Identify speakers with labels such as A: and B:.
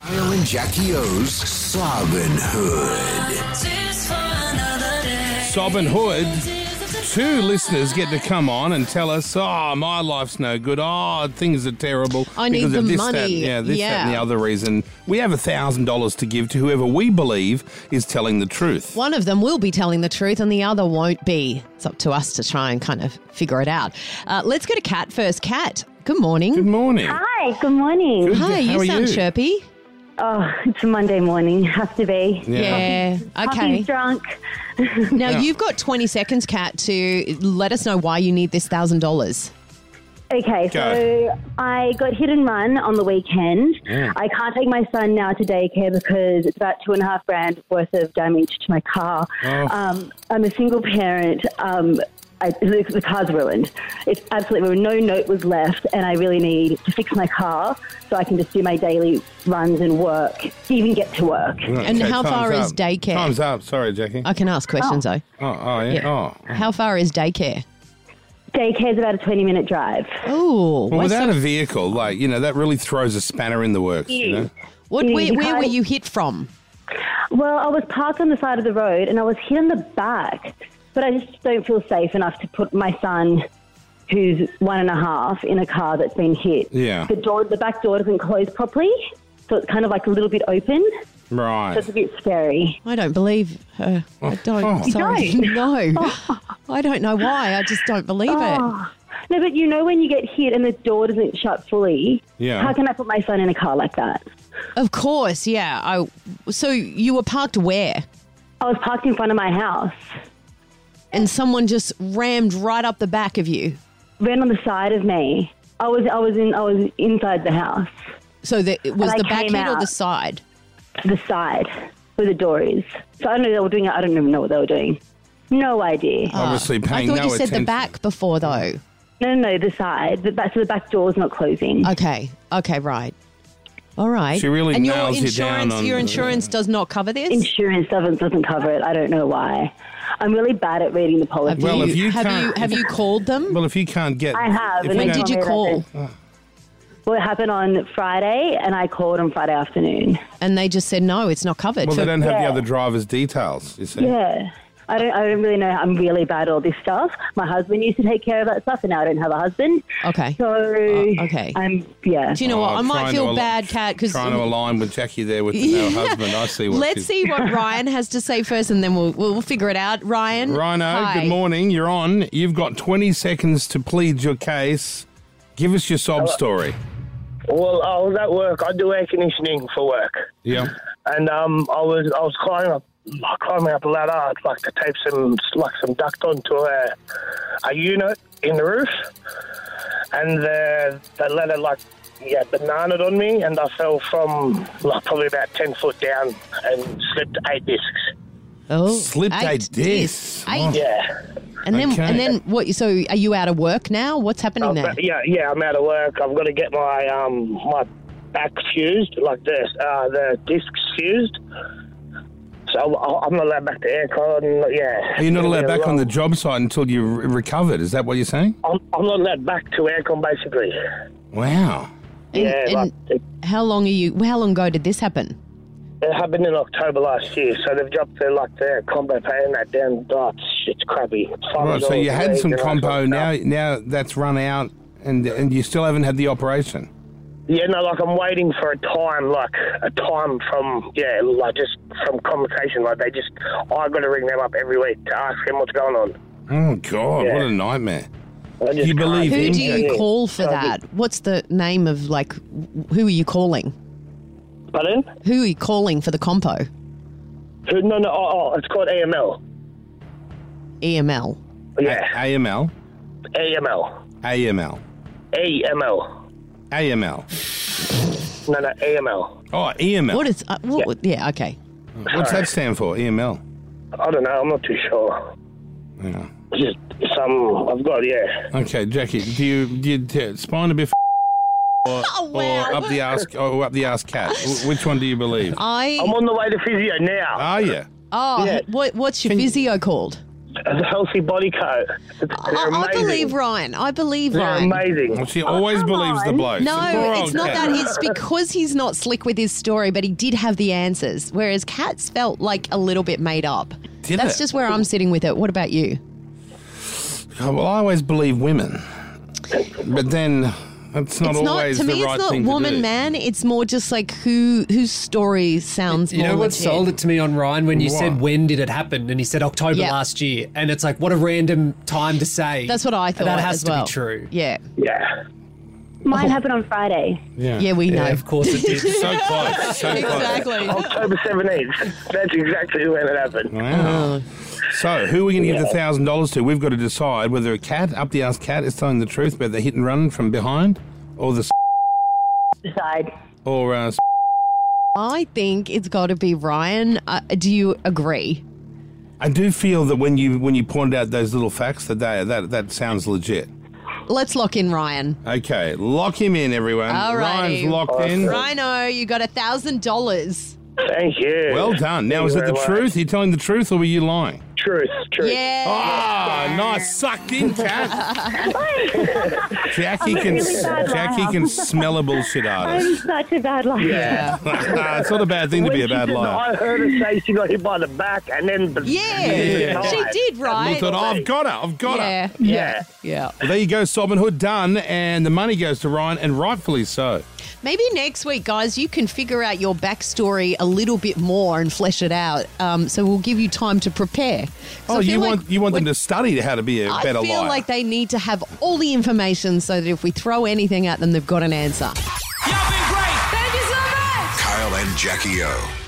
A: Kyle and Jackie O's Sobbin' Hood.
B: Sobbin Hood. Two listeners get to come on and tell us, oh, my life's no good. Oh, things are terrible.
C: I need
B: because of
C: the
B: this, That,
C: money.
B: yeah, this, that, and the
C: Yeah.
B: other reason. We have a $1,000 to give to whoever we believe is telling the truth.
C: One of them will be telling the truth and the other won't be. It's up to us to try and kind of figure it out. Uh, let's go to Kat first. Kat, good
B: Good
C: morning.
B: morning.
D: Hi, good morning.
B: Good,
C: Hi,
B: how
C: you
B: are
C: sound
B: you?
C: chirpy.
D: Oh, it's a Monday morning. Has to be.
C: Yeah.
D: Puppy's
C: Okay.
D: drunk.
C: Now
B: Yeah.
C: you've got 20 seconds, Kat, to let us know why you need this thousand dollars.
B: Go.
D: Okay, so I got hit and run on the weekend. I can't take my son now to daycare because it's about two and a half grand worth of damage to my car.
B: Oh.
D: Um, I'm a single parent. Um, I, the, the car's ruined. It's absolutely ruined. No note was left, and I really need to fix my car so I can just do my daily runs and work, even get to work.
C: And how far
B: time's
C: is
B: up.
C: daycare?
B: Time's up. Sorry, Jackie.
C: I can ask questions though.
B: Oh, oh, yeah.
C: Yeah.
B: Oh.
C: How far is daycare?
D: Daycare's about a 20 minute drive.
B: Well,
C: Oh, what's
B: without
C: the-
B: a vehicle, like, you know, that really throws a spanner in the works, you know?
C: what,
D: Yeah,
C: where,
D: you
C: where were
D: can't-
C: you hit from?
D: Well, I was parked on the side of the road and I was hit in the back, but I just don't feel safe enough to put my son, who's one and a half, in a car that's been hit.
B: Yeah.
D: The door, the back door doesn't close properly, so it's kind of like a little bit open. So
B: Right.
D: it's a bit scary.
C: I don't believe her. I don't.
B: Oh. You Oh.
C: Sorry. No. I don't know why. I just don't believe it.
D: Oh. No, but you know when you get hit and the door doesn't shut fully.
B: Yeah.
D: How can I put my son in a car like that?
C: Of course, yeah. I so you were parked where?
D: I was parked in front of my house,
C: And someone just rammed right up the back of you.
D: ran on the side of me. I was, I was in, I was inside the house,
C: So the, it was
D: And I
C: the back
D: came
C: end or the
D: out.
C: side?
D: the side where the door is. So I don't know they were doing. I don't even know what they were doing. No idea.
B: Obviously
C: Ah, I
B: paying
C: thought
B: no
C: you said
B: attention.
C: the back before though.
D: No, no, no, the side. The back, so the back door's not closing.
C: Okay. Okay. Right. All right.
B: She really
C: and your
B: nails you
C: insurance,
B: down on-
C: your insurance does not cover this.
D: Insurance doesn't doesn't cover it. I don't know why. I'm really bad at reading the policy.
C: have
B: Well,
C: you,
B: if you
C: have
B: can't-
C: you have you called them?
B: Well, if you can't get,
D: I have,
B: if
D: and
B: you
D: I
C: When
B: don't-
C: did you
D: Yeah.
C: call?
D: Well, it happened on Friday, and I called on Friday afternoon.
C: And they just said no, it's not covered.
B: Well,
C: for-
B: they don't have the
D: Yeah.
B: other driver's details. You see.
D: Yeah. I don't, I don't really know. I'm really bad at all this stuff. My husband used to take care of that stuff, and now I don't have a husband.
C: okay. Uh,
D: So,
C: okay.
D: I'm, yeah.
C: Do you know
B: Oh,
C: what? I might
B: trying
C: feel
B: to al-
C: bad, Kat, because
B: trying to align with Jackie there with the no husband. I see what. she's-
C: Let's see what Ryan has to say first, and then we'll we'll, we'll figure it out. Ryan,
B: Rhino,
C: hi.
B: good morning. You're on. You've got 20 seconds to plead your case. Give us your sob story.
E: Well, I was at work. I do air conditioning for work,
B: Yeah.
E: and um, I was I was climbing up climbing up a ladder like to tape some like some duct onto a a unit in the roof, and the the ladder like yeah bananaed on me, and I fell from like probably about ten foot down and slipped eight discs.
C: Oh,
B: Slipped a
C: eight
B: disc.
C: discs. Eight.
B: Oh.
E: Yeah,
C: And then
B: Okay.
C: and then what? So are you out of work now? What's happening
E: I'm-
C: there?
E: yeah, yeah. I'm out of work. I've got to get my um my back fused like this, uh, the discs fused. So I- I'm not allowed back to aircon. Yeah.
B: Are you not allowed back on the
E: job?
B: job site until you re- recovered? Is that what you're saying?
E: I'm, I'm not allowed back to aircon basically.
B: Wow.
C: And-
E: yeah,
C: and,
E: like, it,
C: how long are you? How long ago did this happen?
E: it happened in October last year, so they've dropped their like their combo pay and that down. Oh, it's, it's crappy. It's
B: All right. So
E: $5
B: you had
E: a
B: some
E: week and all
B: compo.
E: that
B: Now,
E: stuff.
B: now that's run out, and and you still haven't had the operation.
E: Yeah, no, like I'm waiting for a time, like a time from yeah, like just from conversation. Like they just, I got to ring them up every week to ask them what's going on.
B: Oh God! What
E: Yeah.
B: a nightmare.
E: I just
B: You believe
C: Who
B: him?
C: do you
B: Yeah.
C: call for that? What's the name of like? w- Who are you calling?
E: Pardon?
C: Who are you calling for the compo?
E: Who- No, no, oh, oh, it's called AML.
C: EML.
E: Yeah,
B: AML.
E: AML,
B: AML.
E: AML.
B: AML.
E: No, no, AML.
B: Oh, EML.
C: What is? Uh, what, yeah. Okay.
B: What's that stand for? E EML.
E: I don't know. I'm not too sure.
B: Yeah.
E: Just some I've got. Yeah.
B: Okay, Jackie, do you do you t- spine a bit or,
C: Oh, wow.
B: or up the ass or up the ass cat? Wh- Which one do you believe?
C: I.
B: Ah.
E: I'm on the way to physio now.
B: Are you?
C: Oh,
E: Yeah.
C: what, what's your physio called?
E: a healthy body coat. It's,
C: I,
E: they're
C: I
E: amazing.
C: believe Ryan. I believe
E: They're
C: Ryan.
E: amazing.
B: Well, she always
D: come
B: believes the
D: on.
B: bloke.
C: Oh, No, it's not that. It's because he's not slick with his story, but he did have the answers. Whereas Kat's felt like a little bit made up.
B: Did
C: That's
B: it?
C: just where I'm sitting with it. What about you?
B: Oh, well, I always believe women, but then it's not
C: it's not
B: always
C: to
B: the
C: me.
B: right
C: it's
B: thing
C: not
B: to
C: woman
B: do.
C: man. It's more just like who whose story sounds
F: You
C: more
F: know what
C: legit.
F: sold it to me on Ryan when you
B: What?
F: said when did it happen, and he said October
C: Yeah.
F: last year, and it's like what a random time to say.
C: That's what I thought.
F: That has
C: as
F: to
C: well.
F: be true.
C: Yeah,
E: Yeah.
D: Mine happened on Friday.
C: yeah, we know.
F: Yeah, of course Oh. it did.
B: So close. So close.
C: Exactly.
E: October 17th. That's exactly when it happened.
B: Wow. So, who are we going to give the
E: Yeah.
B: thousand dollars to? We've got to decide whether a cat, up the ass cat, is telling the truth about the hit and run from behind, or the s-
D: Decide.
B: or uh, s-
C: I think it's got to be Ryan. Uh, do you agree?
B: I do feel that when you when you pointed out those little facts, that they, that that sounds legit.
C: Let's lock in Ryan.
B: Okay, lock him in, everyone.
C: Alrighty.
B: Ryan's locked in.
C: Rhino, you got a thousand dollars.
E: Thank you.
B: Well done. Now,
E: Thank
B: is
E: you
B: it the
E: very
B: truth? Are you telling the truth, or were you lying?
E: much. Truth.
B: Oh,
E: Truth.
C: Yeah.
B: Ah, nice sucked in cat. Jackie
D: I'm
B: can
D: really bad
B: Jackie
D: liar.
B: can smell a bullshit
D: I'm
B: artist.
D: such a bad liar.
C: Yeah.
B: it's not a bad thing to be a
E: When she
B: bad
E: said-
B: liar.
E: I heard her say she got hit by the back and then.
C: Yeah. She did,
B: I
C: right?
B: thought, oh, I've got her. I've got
C: yeah.
B: her.
C: Yeah.
E: Yeah.
C: Yeah.
B: Well, there you go, Sobbing Hood done, and the money goes to Ryan, and rightfully so.
C: Maybe next week, guys, you can figure out your backstory a little bit more and flesh it out. Um, so we'll give you time to prepare. 'Cause
B: Oh,
C: I feel
B: you
C: like
B: want you want them
C: when-
B: to study how to be a better
C: I feel
B: liar.
C: like they need to have all the information so that if we throw anything at them, they've got an answer.
A: Kyle and Jackie O.